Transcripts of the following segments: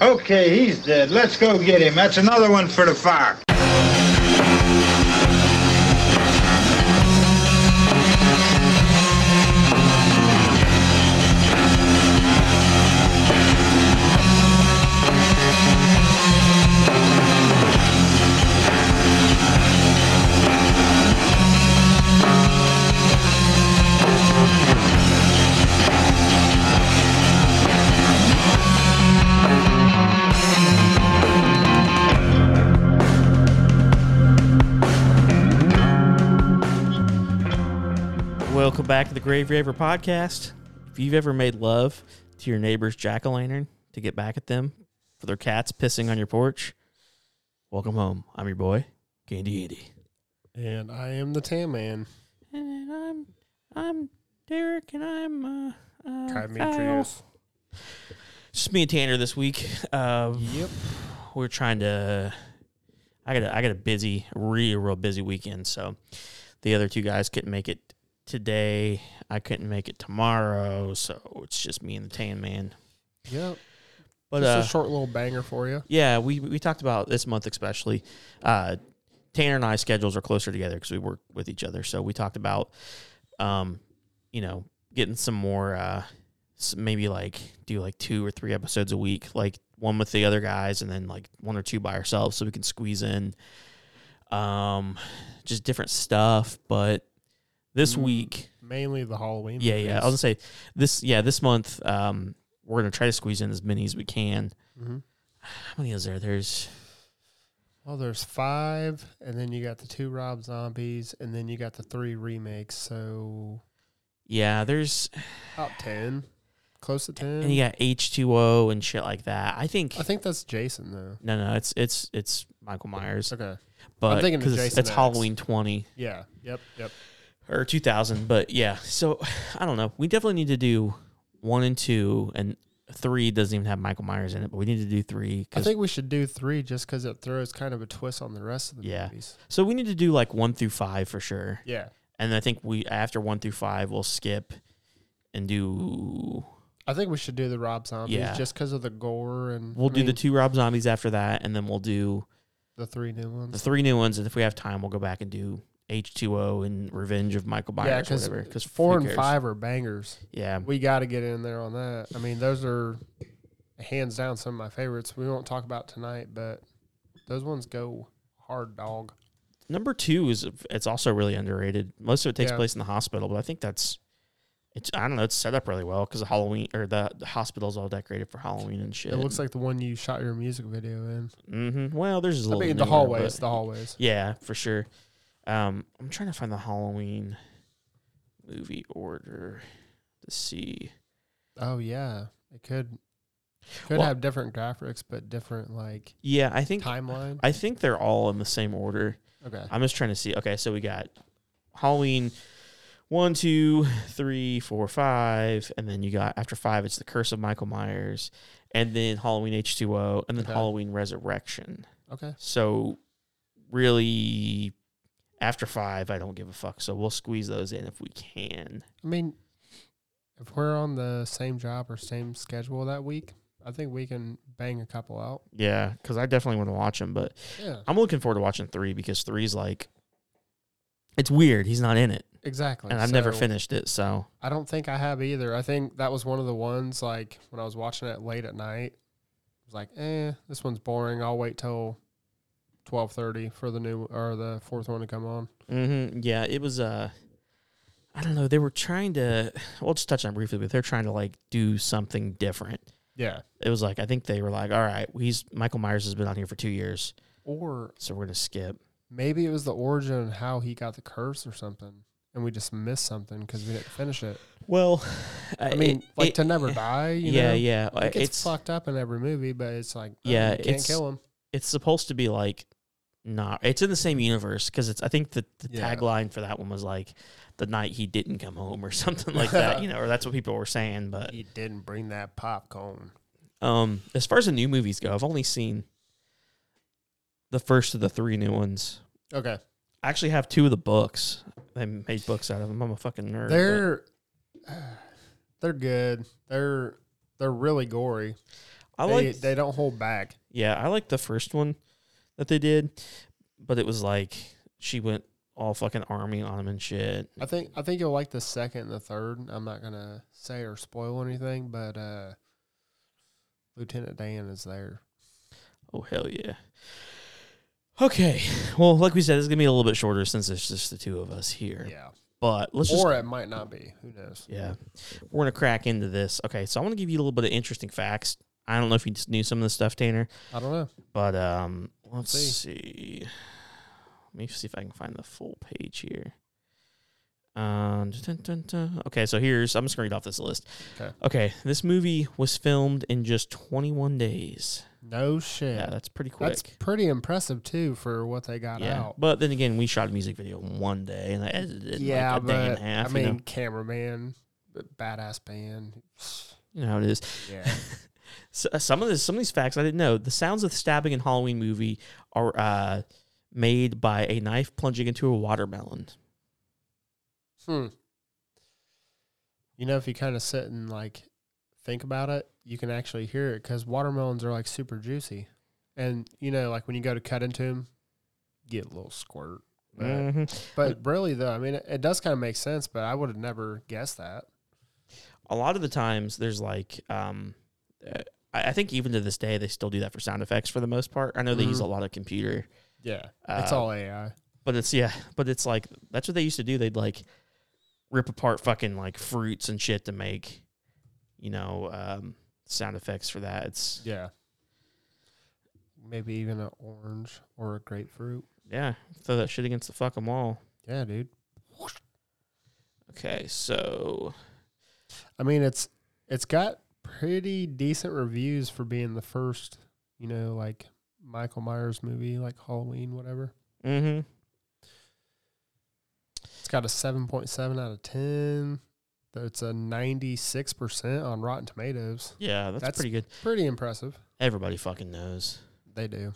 Okay, he's dead. Let's go get him. That's another one for the fire. Welcome back to the Grave Raver podcast. If you've ever made love to your neighbor's jack o' lantern to get back at them for their cats pissing on your porch, welcome home. I'm your boy, Candy Andy. And I am the Tam Man. And I'm I'm Derek, and I'm uh, uh Demetrius. Just me and Tanner this week. Uh, Yep. we're trying to. I got a, I got a busy, real, real busy weekend. So the other two guys couldn't make it today. I couldn't make it tomorrow. So it's just me and the tan man. Yep. But Just uh, a short little banger for you. yeah, we we talked about this month especially. Uh, Tanner and I schedules are closer together because we work with each other. So we talked about, um, you know, getting some more, uh, s- maybe like do like two or three episodes a week, like one with the other guys, and then like one or two by ourselves, so we can squeeze in, um, just different stuff. But this Mm. week, Mainly the Halloween. yeah, yeah, I was gonna movies. say this. Yeah, this month, um, we're gonna try to squeeze in as many as we can. Mhm. How many is there? There's Well, there's five, and then you got the two Rob Zombies, and then you got the three remakes. So Yeah, there's about 10. Close to 10. and you got H two O and shit like that. I think I think that's Jason, though. no, no, it's it's it's Michael Myers, Okay. but thinking of 'cause it's, Jason it's X. Halloween twenty Yeah. Yep. Yep. or two thousand. But yeah, so I don't know. We definitely need to do one and two, and three doesn't even have Michael Myers in it. But we need to do three. I 'cause- think we should do three just because it throws kind of a twist on the rest of the Yeah. movies. so. We need to do like one through five for sure. Yeah. And I think we after one through five we'll skip and do I think we should do the Rob Zombies Yeah. just because of the gore and we'll I do the mean, two Rob Zombies after that, and then we'll do the three new the ones. three new ones, and if we have time, we'll go back and do H two O and Revenge of Michael Myers, Yeah, or 'cause whatever. Because Four and five are bangers. yeah, We got to get in there on that. I mean, those are hands down some of my favorites. We won't talk about tonight, but those ones go hard, dog. number two is it's also really underrated. Most of it takes Yeah. place in the hospital, but I think that's it's I don't know it's set up really well because Halloween or the, the hospital's all decorated for Halloween and shit. It looks like the one you shot your music video in. mm-hmm. well, there's a I little mean, the newer, hallways, but- the hallways. Yeah, for sure. Um, I'm trying to find the Halloween movie order to see. Oh yeah, it could could Well- have different graphics, but different like Yeah, I think timeline. I think they're all in the same order. Okay, I'm just trying to see. Okay, so we got Halloween one, two, three, four, five, and then you got after five, it's the Curse of Michael Myers, and then Halloween H two O, and then Okay. Halloween Resurrection. okay, So really, after five, I don't give a fuck. So we'll squeeze those in if we can. I mean, if we're on the same job or same schedule that week, I think we can bang a couple out. Yeah, because I definitely want to watch them, but Yeah, I'm looking forward to watching three because three's like, it's weird. He's not in it, exactly. and I've never So- finished it. So I don't think I have either. I think that was one of the ones like when I was watching it late at night. I was like, eh, this one's boring. I'll wait till twelve thirty for the new or the fourth one to come on. hmm Yeah, it was. Uh, I don't know. They were trying to. We'll just touch on it briefly, but they're trying to like do something different. Yeah. It was like I think they were like, all right, he's Michael Myers has been on here for two years, Or so we're gonna skip. maybe it was the origin and how he got the curse or something, and we just missed something because we didn't finish it. Well, I mean, like to never Uh, it- die. You yeah, know? yeah. I think it's, it's fucked up in every movie, but it's like, oh, Yeah, you can't it's- kill him. it's supposed to be like not it's in the same universe because it's i think the, the Yeah. tagline for that one was like the night he didn't come home or something like that you know or that's what people were saying but He didn't bring that popcorn. um as far as the new movies go i've only seen the first of the three new ones Okay. i actually have two of the books they made books out of them i'm a fucking nerd but- They're they're good. They're they're really gory. I they, like they don't hold back. Yeah, I like the first one that they did, but it was like she went all fucking army on him and shit. I think I think you'll like the second and the third. I'm not gonna say or spoil anything, but uh, Lieutenant Dan is there. Oh hell yeah. Okay, well, like we said, it's gonna be a little bit shorter since it's just the two of us here. Yeah, But let's just or it might not be. Who knows? yeah, we're gonna crack into this. Okay, so I want to give you a little bit of interesting facts. I don't know if you just knew some of this stuff, Tanner, I don't know. but um, let's See. see. Let me see if I can find the full page here. Um, dun, dun, dun. Okay, so here's I'm just gonna read off this list. Okay. Okay, this movie was filmed in just 21 days. No shit. Yeah, that's pretty quick. That's pretty impressive too for what they got yeah, out. but then again, we shot a music video in one day and I edited it in yeah, like a but day and a half. I mean, you, know, cameraman, but badass band. you know how it is. Yeah, S some of this, some of these facts I didn't know. The sounds of the stabbing in Halloween movie are uh, made by a knife plunging into a watermelon. hmm. You know, if you kind of sit and like think about it, you can actually hear it because watermelons are like super juicy, and you know, like when you go to cut into them, get a little squirt. But, Mhm. but really, though, I mean, it, it does kind of make sense. But I would have never guessed that. A lot of the times, there's like, um, uh, I I think even to this day, they still do that for sound effects for the most part. I know they use Mhm. a lot of computer Yeah, it's Uh, all AI. But it's yeah, but it's like that's what they used to do. They'd like rip apart fucking like fruits and shit to make, you know, um, sound effects for that. It's Yeah. Maybe even an orange or a grapefruit. yeah, throw that shit against the fucking wall. Yeah, dude. Okay, so I mean, it's it's got pretty decent reviews for being the first, you know, like Michael Myers movie, like Halloween, whatever. mm-hmm. It's got a seven point seven out of ten. That's a ninety six percent on Rotten Tomatoes. yeah, that's, That's- pretty good. Pretty impressive. Everybody fucking knows. They do.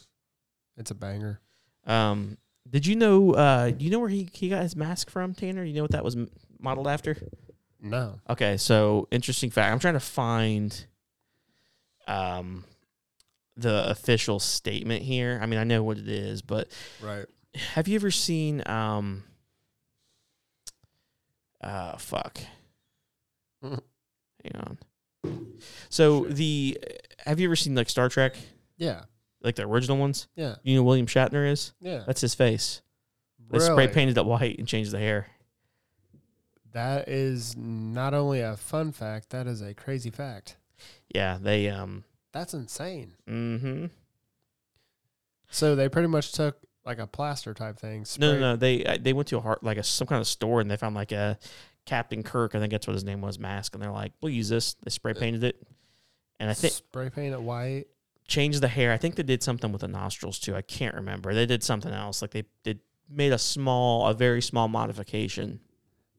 It's a banger. Um, did you know? Uh, you know where he he got his mask from, Tanner? You know what that was m- modeled after? No. Okay, so interesting fact. I'm trying to find um the official statement here. I mean, I know what it is, but Right. have you ever seen um uh fuck. Hang Mhm. on. So Sure. the have you ever seen like Star Trek? Yeah. Like the original ones? Yeah. You know who William Shatner is? Yeah. That's his face. They Really? spray painted it white and changed the hair. That is not only a fun fact, that is a crazy fact. Yeah, they um That's insane. mm-hmm. So they pretty much took like a plaster type thing. No, no, sprayed- no. They uh, they went to a heart like a some kind of store and they found like a Captain Kirk. I think that's what his name was. Mask, and they're like, "We'll use this." They spray painted it, and I think spray paint it white. changed the hair. I think they did something with the nostrils too. I can't remember. They did something else. Like they did made a small, a very small modification.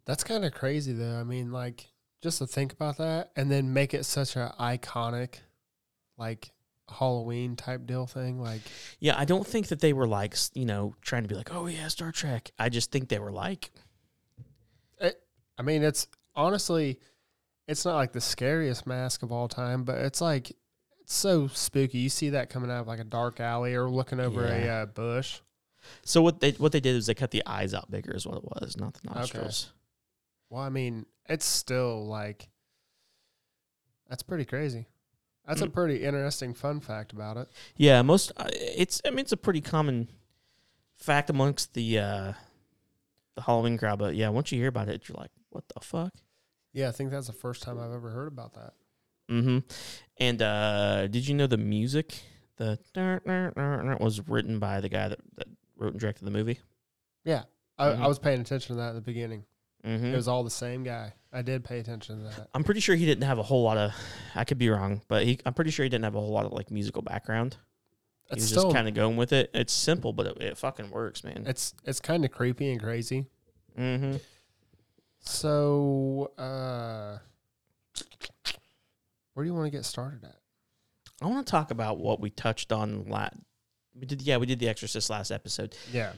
That's kind of crazy though. I mean, like just to think about that and then make it such a iconic, like Halloween type deal thing. Like, Yeah, I don't think that they were like s- you know trying to be like, "Oh yeah, Star Trek." I just think they were like, I mean, it's honestly, it's not like the scariest mask of all time, but it's like it's so spooky. You see that coming out of like a dark alley or looking over Yeah. a uh, bush. so what they what they did is they cut the eyes out bigger is what it was, not the nostrils. Well, I mean, it's still like that's pretty crazy. That's Mm. a pretty interesting fun fact about it. Yeah, most uh, it's I mean it's a pretty common fact amongst the uh the Halloween crowd, but yeah, once you hear about it, you're like, what the fuck? Yeah, I think that's the first time I've ever heard about that. Mm-hmm. And uh did you know the music the was written by the guy that, that wrote and directed the movie? Yeah. I, Mhm. I was paying attention to that at the beginning. It Mm-hmm. was all the same guy. I did pay attention to that. I'm pretty sure he didn't have a whole lot of. I could be wrong, but he, I'm pretty sure he didn't have a whole lot of like musical background. He It's was still just kind of going with it. It's simple, but it, it fucking works, man. it's it's kind of creepy and crazy. Mm-hmm. So, uh where do you want to get started at? I want to talk about what we touched on last. We did, yeah, we did The Exorcist last episode. Yeah.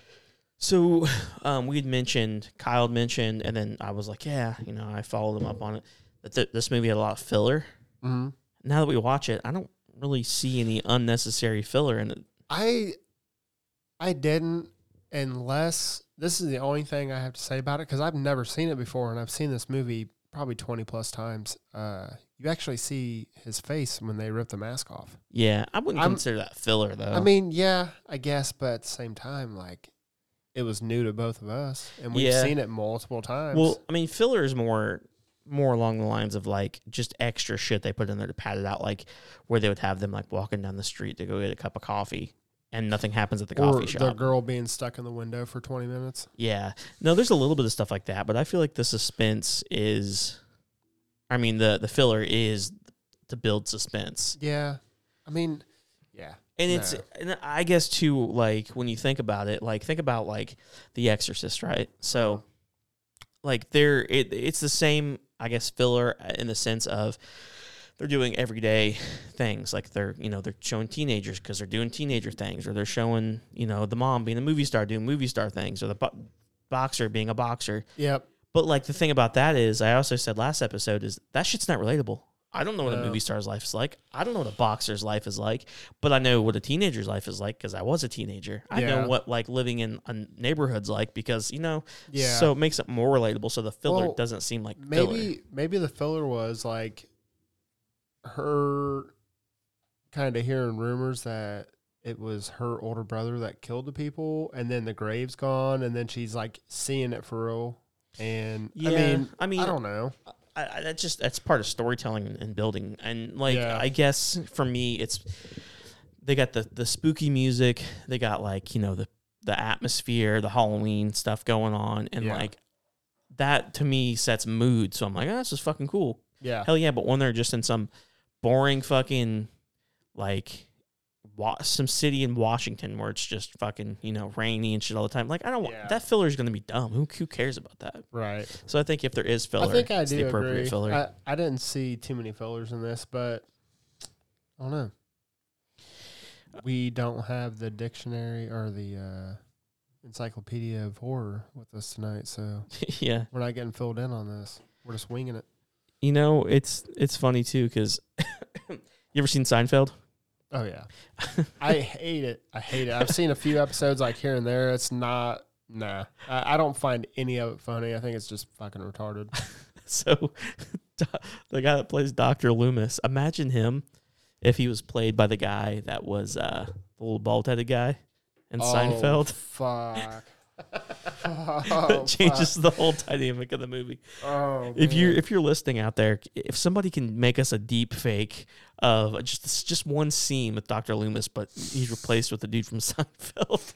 So um, we had mentioned, Kyle had mentioned, and then I was like, yeah, you know, I followed him up on it. That th- this movie had a lot of filler. Mm-hmm. Now that we watch it, I don't really see any unnecessary filler in it. I I didn't unless this is the only thing I have to say about it because I've never seen it before and I've seen this movie probably twenty plus times. Uh, you actually see his face when they rip the mask off. Yeah, I wouldn't I'm- consider that filler though. I mean, yeah, I guess, but at the same time, like it was new to both of us and we've Yeah. seen it multiple times. well, I mean, filler is more more along the lines of like just extra shit they put in there to pad it out, like where they would have them like walking down the street to go get a cup of coffee, and nothing happens at the coffee or shop. the girl being stuck in the window for twenty minutes. Yeah. No, there's a little bit of stuff like that, but I feel like the suspense is I mean the the filler is to build suspense. Yeah, I mean, yeah, And it's No. and I guess too like when you think about it, like think about like The Exorcist, right? So like they're it, it's the same I guess filler in the sense of they're doing everyday things like they're you know they're showing teenagers because they're doing teenager things or they're showing you know the mom being a movie star doing movie star things or the bo- boxer being a boxer yep. But like the thing about that is, I also said last episode is that shit's not relatable. I don't know what a No. movie star's life is like. I don't know what a boxer's life is like, but I know what a teenager's life is like because I was a teenager. I Yeah. know what like living in a neighborhood's like because you know. Yeah. So it makes it more relatable. So the filler Well, doesn't seem like filler. Maybe maybe the filler was like her kind of hearing rumors that it was her older brother that killed the people, and then the grave's gone, and then she's like seeing it for real. And Yeah, I mean, I mean, I don't know. I, I, that's just that's part of storytelling and, and building. And like Yeah. I guess for me, it's they got the the spooky music. They got like you know the the atmosphere, the Halloween stuff going on, and Yeah. like that to me sets mood. So I'm like, oh, this is fucking cool. Yeah, Hell yeah! But when they're just in some boring fucking like wa- some city in Washington where it's just fucking you know rainy and shit all the time, like I don't want Yeah. that filler is gonna be dumb. Who who cares about that? right. So I think if there is filler, I think I it's do the appropriate agree. filler. I, I didn't see too many fillers in this, but I don't know. We don't have the dictionary or the uh, encyclopedia of horror with us tonight, so yeah. we're not getting filled in on this. We're just winging it. You know, it's it's funny too because you ever seen Seinfeld? Oh yeah, I hate it. I hate it. I've seen a few episodes like here and there. It's not. Nah, I, I don't find any of it funny. I think it's just fucking retarded. so do- the guy that plays Doctor Loomis, imagine him if he was played by the guy that was uh, the little bald-headed guy Oh, in Seinfeld. Fuck. It oh, changes the whole dynamic of the movie. fuck. Oh, If man. you're if you're listening out there, if somebody can make us a deep fake of just just one scene with Doctor Loomis, but he's replaced with the dude from Seinfeld,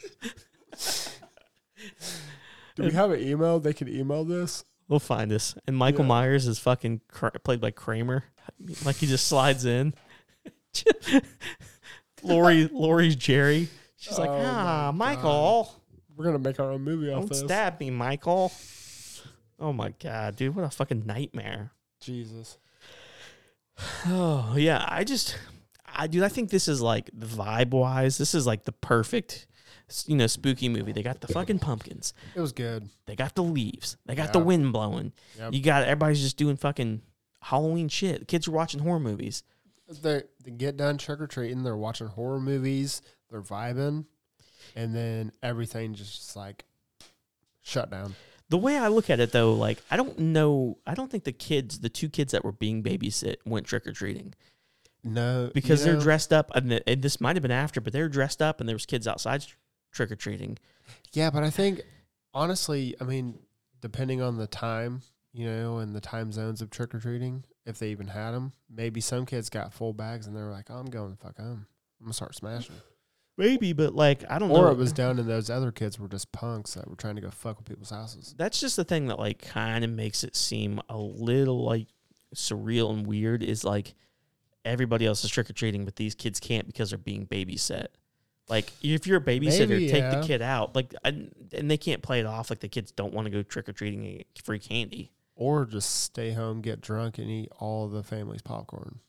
Do we have an email? They can email this. We'll find this. And Michael Yeah. Myers is fucking cr- played by Kramer. Like he just slides in. Lori, Lori's Jerry. She's like, Oh my ah, God. Michael, We're gonna make our own movie off don't this. stab me, Michael. Oh my god, dude, what a fucking nightmare. Jesus. Oh yeah, I just, I dude, I think this is like vibe wise, this is like the perfect, s- you know, spooky movie. They got the fucking pumpkins, It was good. they got the leaves, they got the Yeah. wind blowing. Yep. You got everybody's just doing fucking Halloween shit. Kids are watching horror movies. They, they get done trick or treating. They're watching horror movies. They're vibing, and then everything just like shut down. The way I look at it though, like I don't know, I don't think the kids, the two kids that were being babysit, went trick or treating No, you because know, they're dressed up, and, the, and this might have been after, but they were dressed up, and there was kids outside trick or treating. yeah. But I think honestly, I mean, depending on the time, you know, and the time zones of trick or treating, if they even had them, maybe some kids got full bags and they're like, "I'm going the fuck home. I'm gonna start smashing." Maybe, but like I don't know. Or it was down and those other kids were just punks that were trying to go fuck with people's houses. that's just the thing that like kind of makes it seem a little like surreal and weird is like everybody else is trick or treating, but these kids can't because they're being babysat. Like if you're a babysitter, Maybe, take yeah. the kid out. Like and, and they can't play it off like the kids don't want to go trick or treating and get free candy. Or just stay home, get drunk, and eat all the family's popcorn.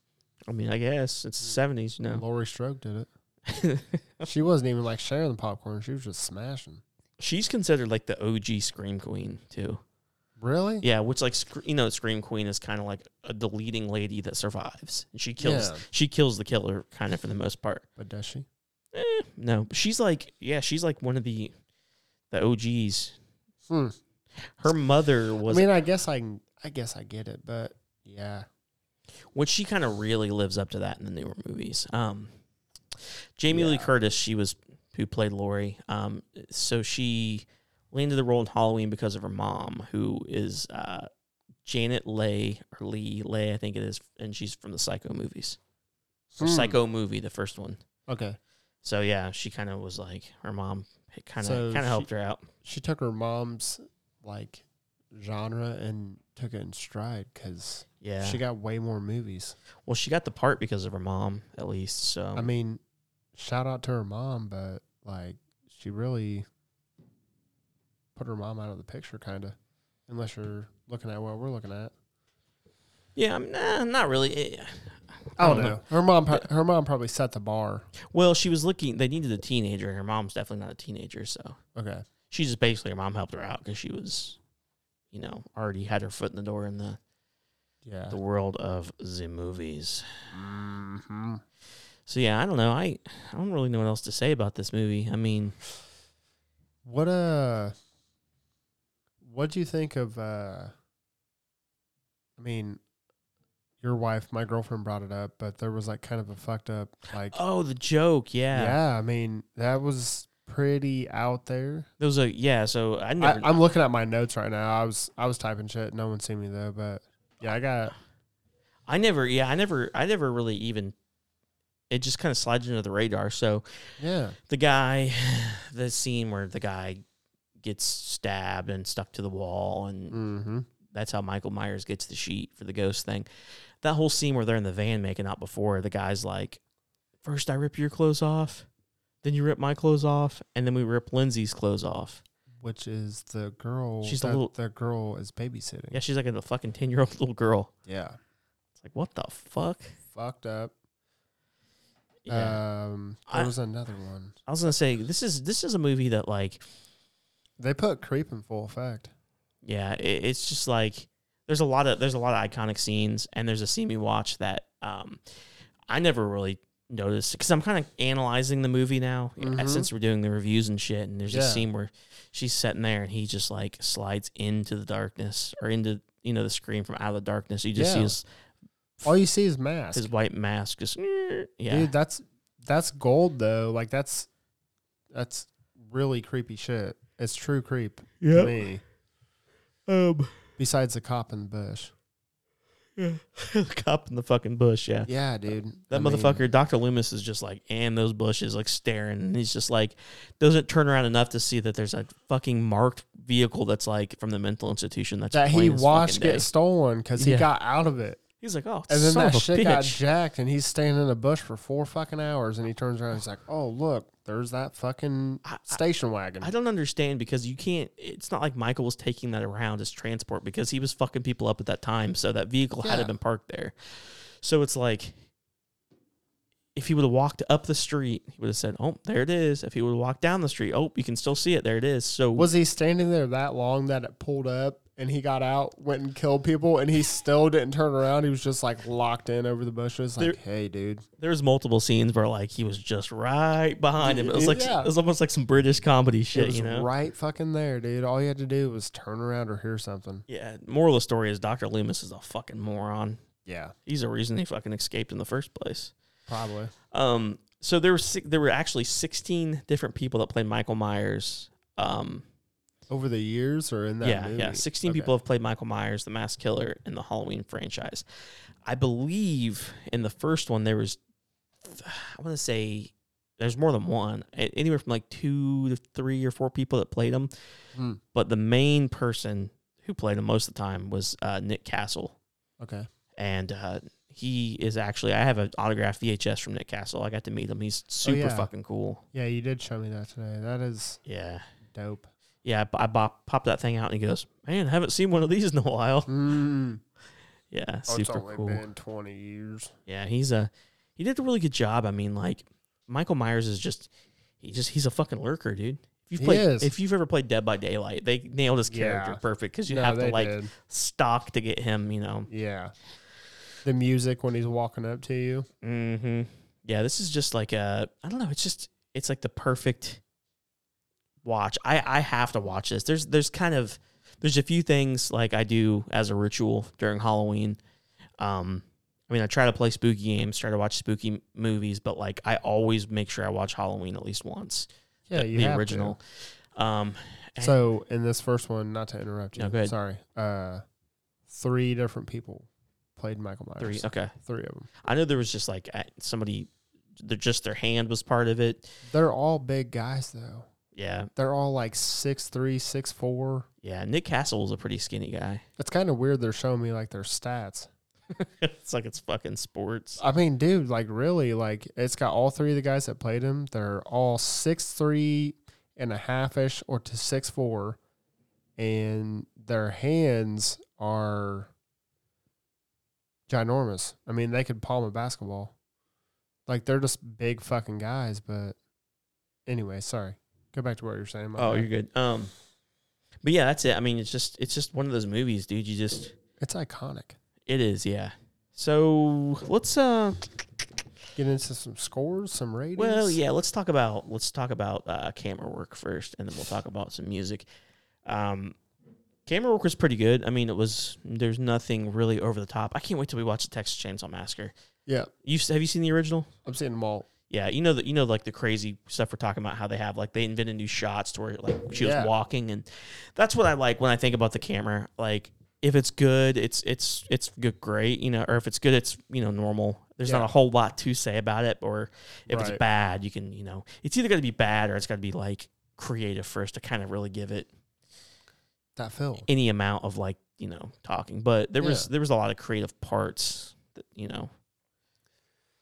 I mean, I guess it's the seventies, you know. Lori Strode did it. She wasn't even like sharing the popcorn. She was just smashing. She's considered like the OG scream queen too. Really? Yeah, which like Sc- you know, Scream Queen is kind of like a, the leading lady that survives, and she kills Yeah. she kills the killer kind of for the most part. But does she? Eh, no, but she's like yeah, she's like one of the the OGs. Hmm. Her mother I was mean, I guess I can. I guess I get it, but yeah. which she kind of really lives up to that in the newer movies. Um, Jamie Lee Yeah. Curtis, she was who played Lori. Um, so she landed the role in Halloween because of her mom, who is uh, Janet Leigh or Lee Leigh, I think it is, and she's from the Psycho movies. Or Hmm. Psycho movie, the first one. Okay. So yeah, she kind of was like her mom. Kind of So kind of she- helped her out. She took her mom's like genre and took it in stride because Yeah. she got way more movies. well, she got the part because of her mom, at least. So I mean, shout out to her mom, but like she really put her mom out of the picture, kind of. Unless you're looking at what we're looking at. yeah, I'm, nah, not really. Eh, I don't know. Um, Her mom. pro- Her mom probably set the bar. Well, she was looking. They needed a teenager, and her mom's definitely not a teenager. So Okay. she just basically her mom helped her out because she was, you know, already had her foot in the door in the Yeah. the world of the movies. Mm-hmm. So yeah, I don't know. I I don't really know what else to say about this movie. I mean, What uh what do you think of uh I mean your wife, my girlfriend brought it up, but there was like kind of a fucked up like oh, the joke. Yeah, yeah. I mean, that was pretty out there. there was a yeah. So I I, never. I'm looking at my notes right now. I was I was typing shit. No one seen me though, but yeah, I got I never. Yeah, I never. I never really even. It just kind of slides under the radar. So yeah. the guy, the scene where the guy gets stabbed and stuck to the wall and Mm-hmm. that's how Michael Myers gets the sheet for the ghost thing. That whole scene where they're in the van making out before, the guy's like, First I rip your clothes off, then you rip my clothes off, and then we rip Lindsay's clothes off. Which is the girl She's a that little- the girl is babysitting. Yeah, she's like a fucking 10 year old little girl. yeah. It's like, what the fuck? Fucked up. Yeah. Um there I- was another one. I was gonna say this is this is a movie that like They put creep in full effect. yeah, it, it's just like there's a lot of there's a lot of iconic scenes, and there's a scene we watch that um, I never really noticed because I'm kind of analyzing the movie now Mhm. since we're doing the reviews and shit. And there's a Yeah. scene where she's sitting there and he just like slides into the darkness or into you know the screen from out of the darkness. You just see Yeah. his, All you see is mask. his white mask just yeah. Dude, that's that's gold though. Like that's that's really creepy shit. It's true creep to me. Um, Besides the cop in the bush. Cop in the fucking bush. Yeah. Yeah, dude. That I mean, motherfucker, Dr. Loomis, is just like, and those bushes, like staring. And he's just like, doesn't turn around enough to see that there's a fucking marked vehicle that's like from the mental institution that's that he plain as fucking watched day. get stolen because he Yeah. got out of it, He's like, oh, and then son that of a shit bitch. got jacked, and he's staying in a bush for four fucking hours, and he turns around, and he's like, "Oh look, there's that fucking I- I- station wagon." I don't understand because you can't. It's not like Michael was taking that around as transport because he was fucking people up at that time. So that vehicle had to Yeah. been parked there. So it's like, if he would have walked up the street, he would have said, "Oh, there it is." If he would have walked down the street, "Oh, you can still see it. There it is." So Was he standing there that long that it pulled up and he got out, went and killed people, and he still didn't turn around? He was just like locked in over the bushes, like, hey, dude. there's multiple scenes where like he was just right behind him. It was like Yeah. it was almost like some British comedy It shit, was you know. right fucking there, dude. All you had to do was turn around or hear something. Yeah. Moral of the story is Doctor Loomis is a fucking moron. Yeah, He's the reason he fucking escaped in the first place. probably. Um. So there were si- there were actually 16 different people that played Michael Myers. Um. Over the years or in that yeah. movie? Yeah. 16 Okay. people have played Michael Myers, the Masked Killer, in the Halloween franchise. I believe in the first one there was, I want to say. There's more than one, A- anywhere from like two to three or four people that played him. Hmm, but the main person who played him most of the time was uh, Nick Castle, okay. and uh, he is actually I have an autographed VHS from Nick Castle. I got to meet him. He's super Oh, yeah. fucking cool. Yeah, you did show me that today. That is Yeah, dope. yeah. I, I bop, popped that thing out, and he goes, "Man, haven't seen one of these in a while." Mm. Yeah, Oh, it's super only cool. been 20 years. Yeah, he's uh, a he did a really good job. I mean, like Michael Myers is just he just he's a fucking lurker, dude. If you've He played, is. if you've ever played Dead by Daylight, they nailed his character Yeah. perfect because you No, have to they like did. stalk to get him. You know. Yeah. The music when he's walking up to you. Mm-hmm. Yeah, this is just like a. I don't know. It's just it's like the perfect watch. I I have to watch this. There's there's kind of there's a few things like I do as a ritual during Halloween. Um, I mean, I try to play spooky games, try to watch spooky m- movies, but like I always make sure I watch Halloween at least once. Yeah, the, you the have to. original. Um, and- So in this first one, not to interrupt you, No, go ahead. sorry. Uh, three different people played Michael three. Myers. Okay, Three of them. I know there was just like uh, somebody, the, just their hand was part of it. They're all big guys though. Yeah, They're all like six three, six four. yeah. Nick Castle was a pretty skinny guy. It's kind of weird. They're showing me like their stats. it's like it's fucking sports. I mean, dude, like really, like it's got all three of the guys that played him. They're all six three and a half ish or to six four, and their hands are ginormous. I mean, they could palm a basketball. Like they're just big fucking guys. But anyway, sorry. Go back to what you're saying. my Oh, bad. you're good. Um, but yeah, that's it. I mean, it's just it's just one of those movies, dude. You just it's iconic. it is, yeah. So let's uh, Get into some scores, some ratings. well, yeah, let's talk about let's talk about uh, camera work first, and then we'll talk about some music. Um, camera work was pretty good. I mean, it was there's nothing really over the top. I can't wait till we watch the Texas Chainsaw Massacre. yeah. You have you seen the original? I'm seeing them all. Yeah, you know that you know like the crazy stuff we're talking about. How they have like they invented new shots to where like she Yeah. was walking, and that's what I like when I think about the camera. Like if it's good, it's it's it's good, great, you know, or if it's good, it's you know normal. There's not Yeah. a whole lot to say about it, or if it's Right. bad, you can you know it's either got to be bad or it's got to be like creative first to kind of really give it That film. any amount of like you know talking. But there was Yeah. there was a lot of creative parts, that, you know.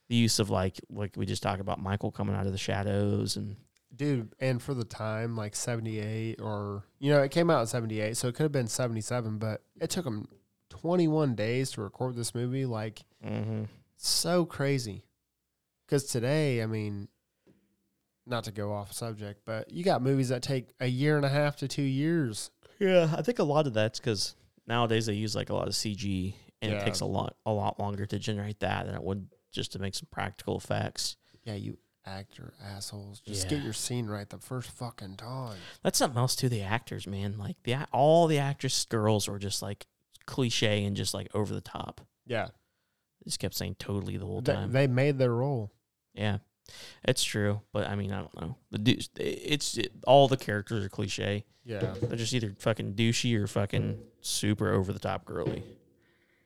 The use of like like we just talked about Michael coming out of the shadows and dude and for the time like 78 or you know it came out in 78 so it could have been 77 but it took them 21 days to record this movie like Mm-hmm. so crazy because today i mean not to go off subject but you got movies that take a year and a half to two years Yeah, I think a lot of that's because nowadays they use like a lot of CG, and it Yeah. takes a lot a lot longer to generate that than it would just to make some practical effects. yeah you actor assholes just get Yeah. your scene right the first fucking time That's something else too. The actors, man, like the a- all the actress girls were just like cliche and just like over the top. yeah They just kept saying totally the whole they, time. they made their role yeah, it's true, but I mean I don't know. The dou- it's it, all the characters are cliche. yeah They're just either fucking douchey or fucking super over the top girly.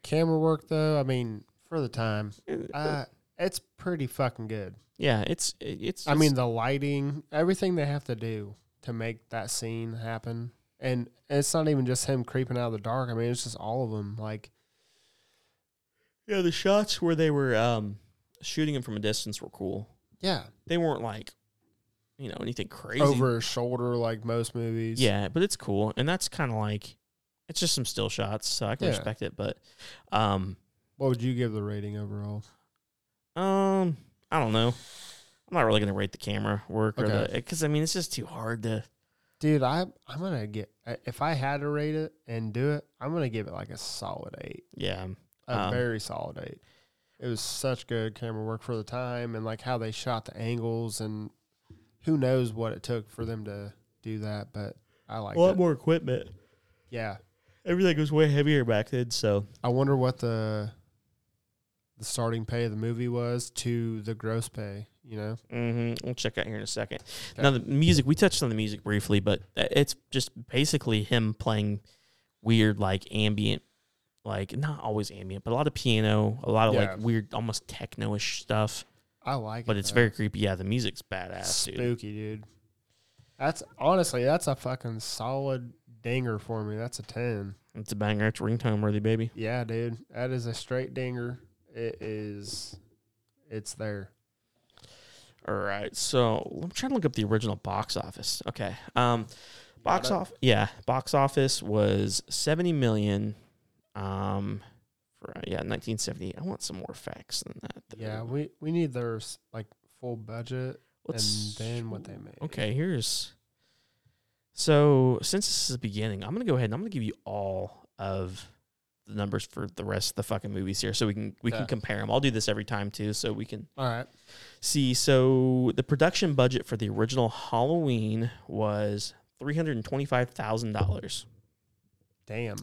camera work though i mean for the time uh it's pretty fucking good Yeah, it's it's. I it's- mean, the lighting, everything they have to do to make that scene happen. And it's not even just him creeping out of the dark. I mean, it's just all of them. Like, Yeah, the shots where they were um, shooting him from a distance were cool. yeah, They weren't like, you know, anything crazy. over his shoulder, like most movies. Yeah, but it's cool, and that's kind of like, it's just some still shots, so I can Yeah. respect it. But, um, What would you give the rating overall? um, I don't know. I'm not really gonna rate the camera work or Okay. the because I mean it's just too hard to. Dude, I, I'm going to get, if I had to rate it and do it, I'm going to give it like a solid eight, Yeah, a Um, very solid eight. It was such good camera work for the time and like how they shot the angles and who knows what it took for them to do that. But I like it. more equipment. yeah. Everything was way heavier back then, so I wonder what the the starting pay of the movie was to the gross pay. You know, hmm We'll check out here in a second. Now the music we touched on the music briefly, but uh, it's just basically him playing weird like ambient, like not always ambient, but a lot of piano, a lot of Yeah. like weird, almost techno-ish stuff. I like it, But it's though. very creepy. Yeah, the music's badass, dude. spooky, dude. That's honestly, that's a fucking solid dinger for me. That's a ten. It's a banger. It's ringtone worthy, baby. Yeah, dude, that is a straight dinger. It is, it's there. All right, so I'm trying to look up the original box office. Okay, um, box it. off, yeah, box office was 70 million. Um, for uh, yeah, 1978. I want some more facts than that. Yeah, we we need their s- like full budget Let's- and then what they made. Okay, here's So since this is the beginning, I'm gonna go ahead and I'm gonna give you all of the numbers for the rest of the fucking movies here, so we can we Okay. can compare them. I'll do this every time too, so we can All right. see. So the production budget for the original Halloween was three hundred and twenty five thousand dollars, Damn.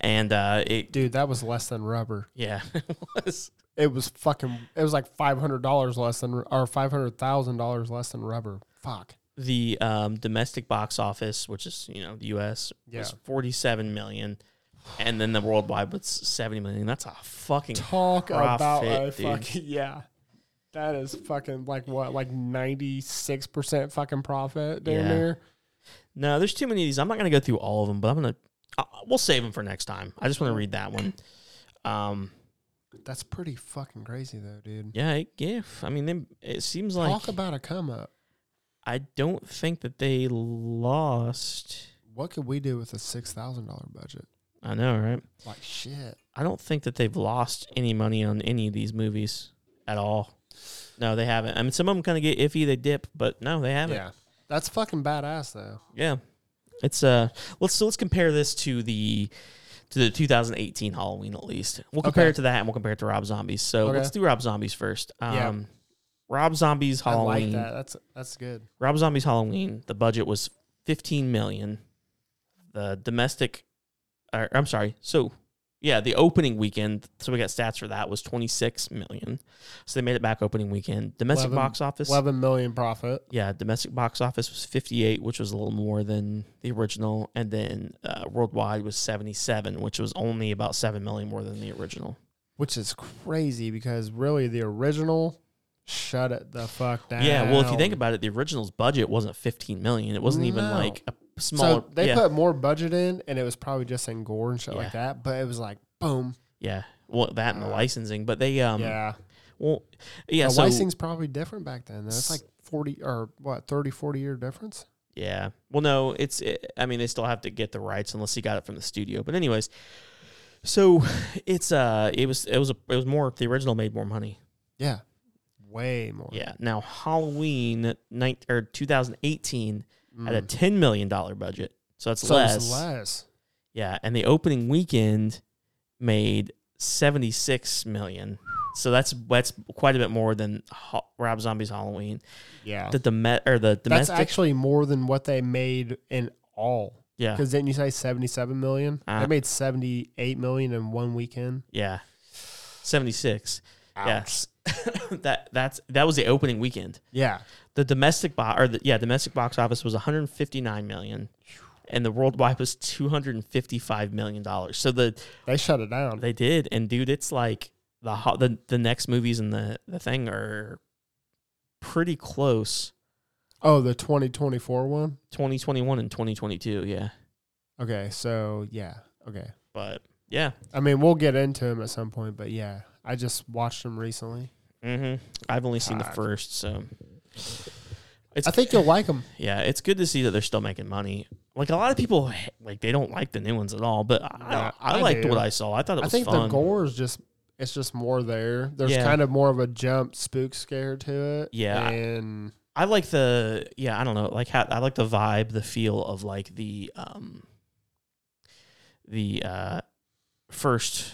and uh, it Dude, that was less than rubber. yeah it was It was fucking it was like five hundred dollars less than or five hundred thousand dollars less than rubber. Fuck. the um, domestic box office, which is you know the U.S. was Yeah. forty seven million, and then the worldwide was seventy million. That's a fucking Talk about a Profit, dude. fucking yeah. That is fucking like what, like ninety six percent fucking profit damn Yeah. near. No, there's too many of these. I'm not going to go through all of them, but I'm going to we'll save them for next time. I just want to read that one. Um, That's pretty fucking crazy though, dude. yeah, it, yeah. I mean, they, it seems like Talk about a come up. I don't think that they lost. What could we do with a six thousand dollar budget? I know, right? Like shit. I don't think that they've lost any money on any of these movies at all. No, they haven't. I mean, some of them kind of get iffy. They dip, but no, they haven't. Yeah. That's fucking badass though. Yeah. It's uh let's so let's compare this to the to the 2018 Halloween at least. We'll compare Okay. it to that and we'll compare it to Rob Zombies. So Okay. let's do Rob Zombies first. Um Yeah. Rob Zombies I Halloween. like that. That's that's good. Rob Zombies Halloween, the budget was 15 million. The domestic or, I'm sorry. So yeah, the opening weekend, so we got stats for that was 26 million. So they made it back opening weekend. Domestic 11 box office Eleven million profit. yeah, domestic box office was 58, which was a little more than the original, and then uh, worldwide was 77, which was only about 7 million more than the original. which is crazy because really the original shut it the fuck down. Yeah, well, if you think about it, the original's budget wasn't 15 million. It wasn't even No. like a smaller. so they yeah, put more budget in, and it was probably just in gore and shit like that. But it was like boom, yeah, well, that and the licensing, but they um, Uh, yeah. well, yeah, the so licensing's probably different back then. though. S- It's like forty or what 30, 40 year difference. yeah, well, no, it's it, I mean they still have to get the rights unless he got it from the studio, but anyways, so it's uh, it was it was a, it was more the original made more money. Yeah, way more. Yeah. Now Halloween night or 2018 had a 10 million dollar budget, so that's Mm. so less. it's less. Yeah, and the opening weekend made 76 million. So that's that's quite a bit more than Ho- Rob Zombie's Halloween. Yeah, The deme- or the that's domestic. actually more than what they made in all. yeah, Because didn't you say seventy seven million? Uh. they made seventy eight million in one weekend. yeah, 76. Yes, that that's that was the opening weekend. Yeah. The domestic box or the, yeah domestic box office was 159 million, and the worldwide was 255 million dollars. So the They shut it down. They did, and dude, it's like the ho- the the next movies in the the thing are pretty close. Oh, the 2024 one? 2021 and 2022, yeah. Okay, so yeah. Okay. But yeah, I mean, we'll get into him at some point, but yeah. I just watched him recently. mm-hmm. I've only seen the Fuck. first, so it's I think you'll like him. yeah, it's good to see that they're still making money. Like a lot of people, h- like they don't like the new ones at all, but I, Yeah, I, I liked do. what I saw. I thought it I was think the fun. gore is just it's just more there. There's Yeah. kind of more of a jump spook scare to it. Yeah. And I like the yeah, I don't know, like how I like the vibe, the feel of like the um the uh first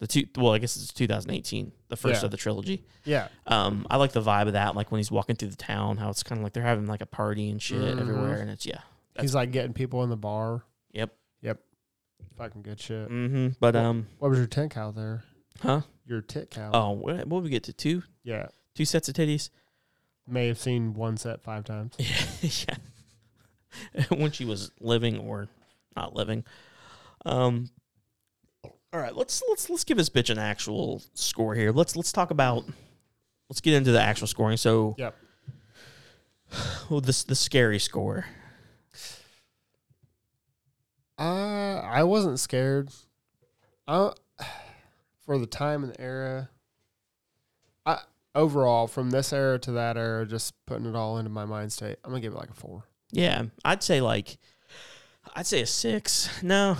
the two well, I guess it's 2018, the first Yeah. of the trilogy. yeah. Um I like the vibe of that, like when he's walking through the town, how it's kind of like they're having like a party and shit Mhm. everywhere and it's yeah. That's- he's like getting people in the bar. Yep. Fucking good shit. Mhm. But um What was your tent cow there? huh? Your tit cow. Oh, what what did we get to two Yeah. two sets of titties? May have seen one set five times. yeah. when she was living or not living. Um all right, let's let's let's give this bitch an actual score here. Let's let's talk about let's get into the actual scoring. So Yep. well, this the scary score. Uh, I wasn't scared. I, for the time and the era, I overall from this era to that era, just putting it all into my mind state, I'm gonna give it like a four. Yeah, I'd say like I'd say a six. No,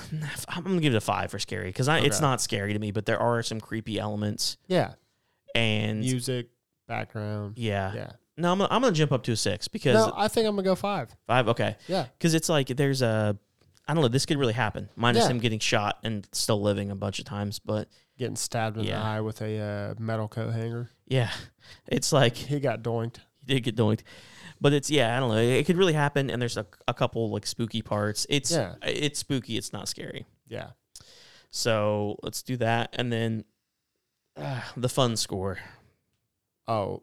I'm gonna give it a five for scary because it's Okay. not scary to me, but there are some creepy elements Yeah, and music background. yeah, Yeah, No, I'm gonna, I'm gonna jump up to a six because No, I think I'm gonna go five. five. Okay, Yeah, because it's like there's a. I don't know. This could really happen. Minus Yeah. him getting shot and still living a bunch of times, but getting stabbed in Yeah. the eye with a uh, metal coat hanger. yeah, it's like He got doinked. he did get doinked. But it's yeah, I don't know. It could really happen, and there's a, a couple like spooky parts. It's Yeah. it's spooky. It's not scary. Yeah, So let's do that, and then uh, the fun score. Oh,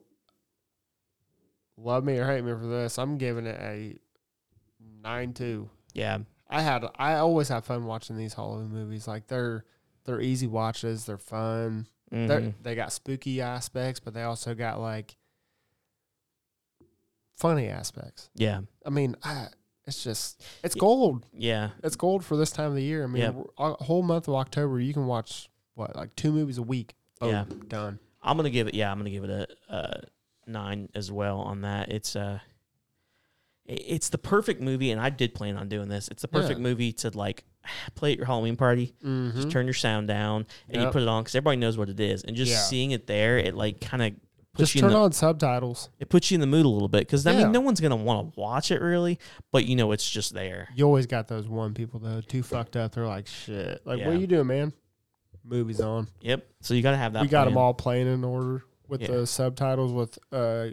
love me or hate me for this, I'm giving it a nine two. Yeah, I had I always have fun watching these Halloween movies. Like they're they're easy watches. They're fun. Mhm. They're, they got spooky aspects, but they also got like funny aspects. yeah, I mean, I, it's just it's gold. yeah. It's gold for this time of the year. I mean, Yeah. we're- a whole month of October, you can watch what like two movies a week. Boom, Yeah. done. I'm gonna give it. Yeah, I'm gonna give it a, a nine as well on that. It's uh, i- it's the perfect movie, and I did plan on doing this. It's the perfect Yeah. movie to like play at your Halloween party. Mm-hmm. Just turn your sound down and you Yep. put it on because everybody knows what it is, and just Yeah. seeing it there, it like kind of puts Just you in turn the, on subtitles. it puts you in the mood a little bit because I Yeah. mean no one's gonna want to watch it really, but you know it's just there. You always got those one people though, too fucked up. They're like, shit. Like, Yeah. what are you doing, man? Movies on. Yep. So you gotta have that. we got plan. them all playing in order with Yeah. the subtitles with uh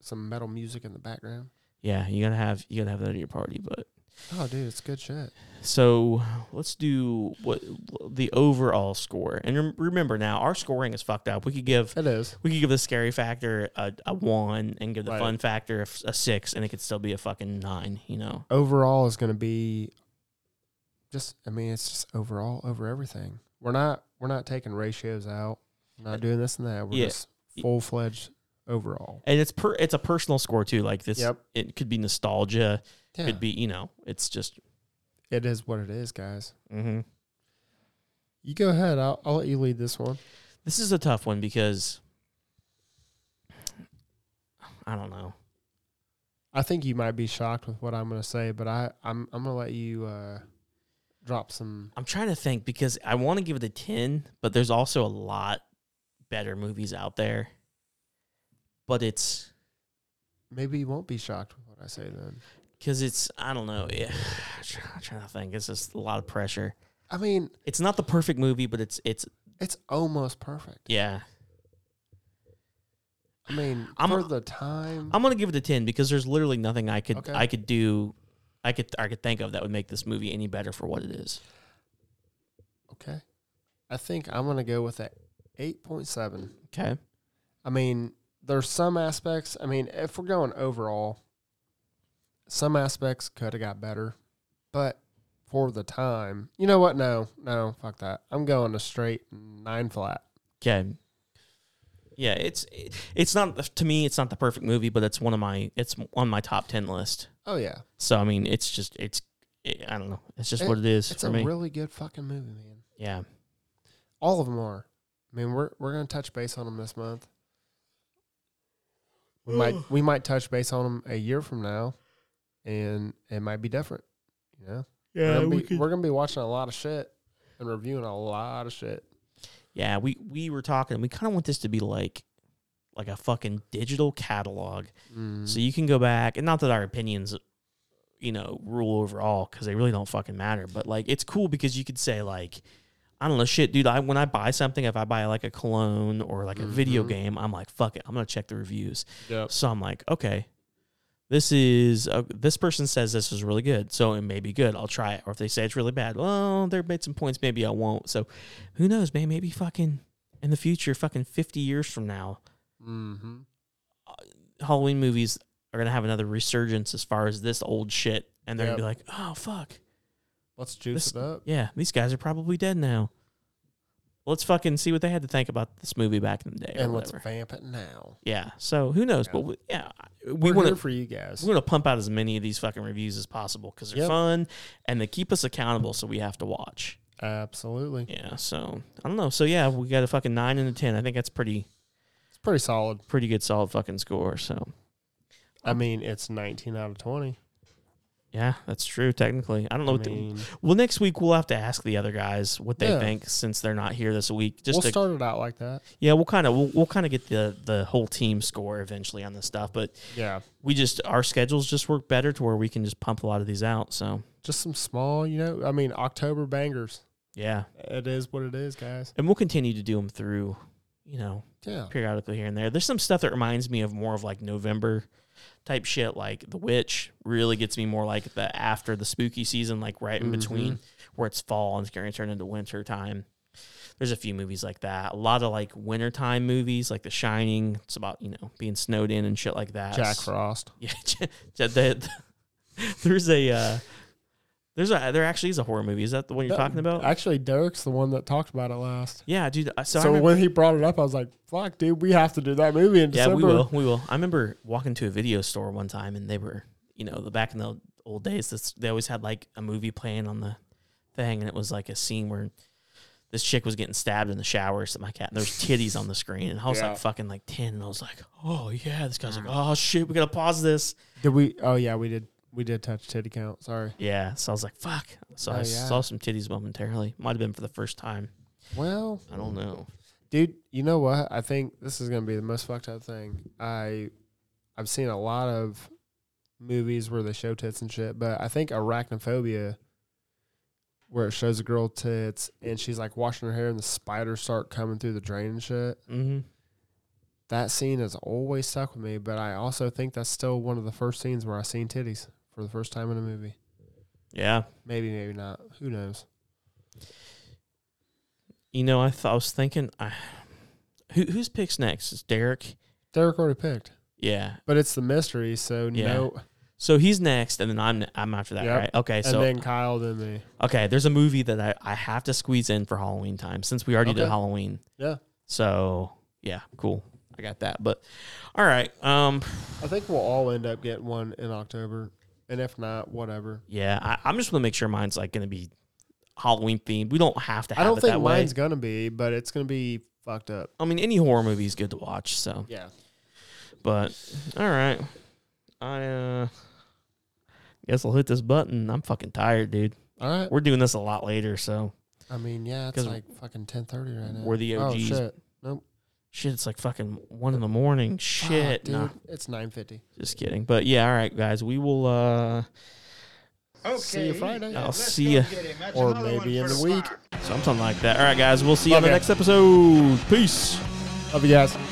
some metal music in the background. Yeah, you gotta have you gotta have that at your party, but. Oh, dude, it's good shit. So let's do what the overall score. And rem- remember now, our scoring is fucked up. We could give It is. we could give the scary factor a, a one and give the Right. fun factor a, f- a six, and it could still be a fucking nine. You know? Overall is going to be just. I mean, it's just overall over everything. We're not. We're not taking ratios out. We're not doing this and that. We're Yeah. just full fledged overall. And it's per it's a personal score too. Like this, Yep. it could be nostalgia. Yeah. Could be you know. It's just. It is what it is, guys. mhm. You go ahead. I'll, I'll let you lead this one. This is a tough one because I don't know. I think you might be shocked with what I'm going to say, but I, I'm I'm going to let you uh, drop some. I'm trying to think because I want to give it a 10, but there's also a lot better movies out there. But it's Maybe you won't be shocked with what I say then. because it's, I don't know. Yeah, I'm trying to think. It's just a lot of pressure. I mean, It's not the perfect movie, but it's, it's, it's almost perfect. yeah. I mean, I'm- for the time, I'm going to give it a 10 because there's literally nothing I could, Okay. I could do, I could, I could think of that would make this movie any better for what it is. okay. I think I'm going to go with a 8.7. Okay. I mean, there's some aspects. I mean, if we're going overall, some aspects could have got better, but for the time, you know what? No, no, fuck that. I'm going a straight nine flat. Okay. Yeah, it's it, it's not to me. It's not the perfect movie, but it's one of my it's on my top ten list. Oh yeah, So I mean, it's just it's it, I don't know. It's just It- what it is it's for a me. really good fucking movie, man. yeah, All of them are. I mean, we're we're gonna touch base on them this month. We might we might touch base on them a year from now, and it might be different. You know, we're gonna, be, we're gonna be watching a lot of shit and reviewing a lot of shit. yeah. We we were talking. We kind of want this to be like like a fucking digital catalog, Mm. so you can go back. And not that our opinions, you know, rule over all because they really don't fucking matter. But like, it's cool because you could say like. I don't know, shit, dude. I when I buy something, if I buy like a cologne or like a video Mhm. game, I'm like, fuck it, I'm gonna check the reviews. Yep. So I'm like, okay, this is uh, this person says this is really good, so it may be good. I'll try it. Or if they say it's really bad, well, there made some points. Maybe I won't. So who knows, man? Maybe fucking in the future, fucking fifty years from now, Mm-hmm. Halloween movies are gonna have another resurgence as far as this old shit, and they're gonna be Yep. like, oh fuck, Let's juice This- it up. yeah, these guys are probably dead now. Let's fucking see what they had to think about this movie back in the day, And or let's whatever. vamp it now. Yeah. So who knows? Yeah. But we, yeah, we We want want to it for you guys. We're going to pump out as many of these fucking reviews as possible because they're Yep. fun and they keep us accountable, so we have to watch. Absolutely, Yeah, so I don't know. So yeah, we got a fucking nine and a ten. I think that's pretty, it's pretty solid. pretty good, solid fucking score. So I mean, it's 19 out of 20. Yeah, that's true. Technically, I don't know. I what the- mean, well, next week we'll have to ask the other guys what they Yeah. think since they're not here this week. Just we'll to, start it out like that. yeah, we'll kind of we'll, we'll kind of get the the whole team score eventually on this stuff, but Yeah, we just our schedules just work better to where we can just pump a lot of these out. So just some small, you know. I mean, October bangers. yeah, It is what it is, guys. and we'll continue to do them through, you know, Yeah, periodically here and there. There's some stuff that reminds me of more of like November type shit, like The Witch really gets me more like the after the spooky season, like right in between Mm-hmm. where it's fall and it's going to turn into winter time. There's a few movies like that. A lot of like wintertime movies, like The Shining. It's about, you know, being snowed in and shit like that. Jack Frost. Yeah, the, the, there's a uh, there's a there actually is a horror movie. Is that the one you're talking about? Actually, Derek's the one that talked about it last. yeah, dude. I- So, So, I remember, when he brought it up, I was like, "Fuck, dude, we have to do that movie in yeah, December." we will, we will. I remember walking to a video store one time, and they were, you know, the back in the old days, this, they always had like a movie playing on the thing, and it was like a scene where this chick was getting stabbed in the shower or something like that, and there's titties on the screen, and I was Yeah. like fucking like ten, and I was like, oh yeah, this guy's like, oh shit, we gotta pause this. Did we? Oh yeah, we did. We did touch titty count. Sorry. Yeah, so I was like, fuck. So I Oh, yeah. saw some titties momentarily. Might have been for the first time. Well, I don't know. dude, you know what? I think this is gonna be the most fucked up thing. I, I've seen a lot of movies where they show tits and shit, but I think arachnophobia, where it shows a girl tits and she's like washing her hair and the spiders start coming through the drain and shit. Mm-hmm. That scene has always stuck with me, but I also think that's still one of the first scenes where I seen titties for the first time in a movie. Yeah. Maybe, maybe not. Who knows? You know, I thought I was thinking, I, who who's picks next? Is Derek? Derek already picked, Yeah. but it's the mystery, so Yeah. no. So he's next, and then I'm I'm after that, Yep. right? Okay. So and then Kyle, then me. okay, there's a movie that I I have to squeeze in for Halloween time since we already did Okay. Halloween. Yeah. So yeah, cool. I got that. But all right. Um. I think we'll all end up getting one in October. And if not, whatever. Yeah. I, I'm just gonna make sure mine's like gonna be Halloween themed. We don't have to. Have I don't it think that way. mine's going to be, but it's going to be fucked up. I mean, any horror movie is good to watch. So, Yeah. but all right, I uh, guess I'll hit this button. I'm fucking tired, dude. All right. We're doing this a lot later, so I mean, yeah, it's 'Cause like fucking 1030 right now. we're the Oh, OGs. shit. shit, it's like fucking one in the morning. Shit, Fuck, Ah, dude. nah, It's 950. just kidding. But yeah, all right, guys, we will. uh Okay. See you Friday. I'll let's see go ya. get him. That's Or another one maybe in for the week. fire. Something like that. All right, guys, we'll see you on the Okay. next episode. Peace. Love you guys.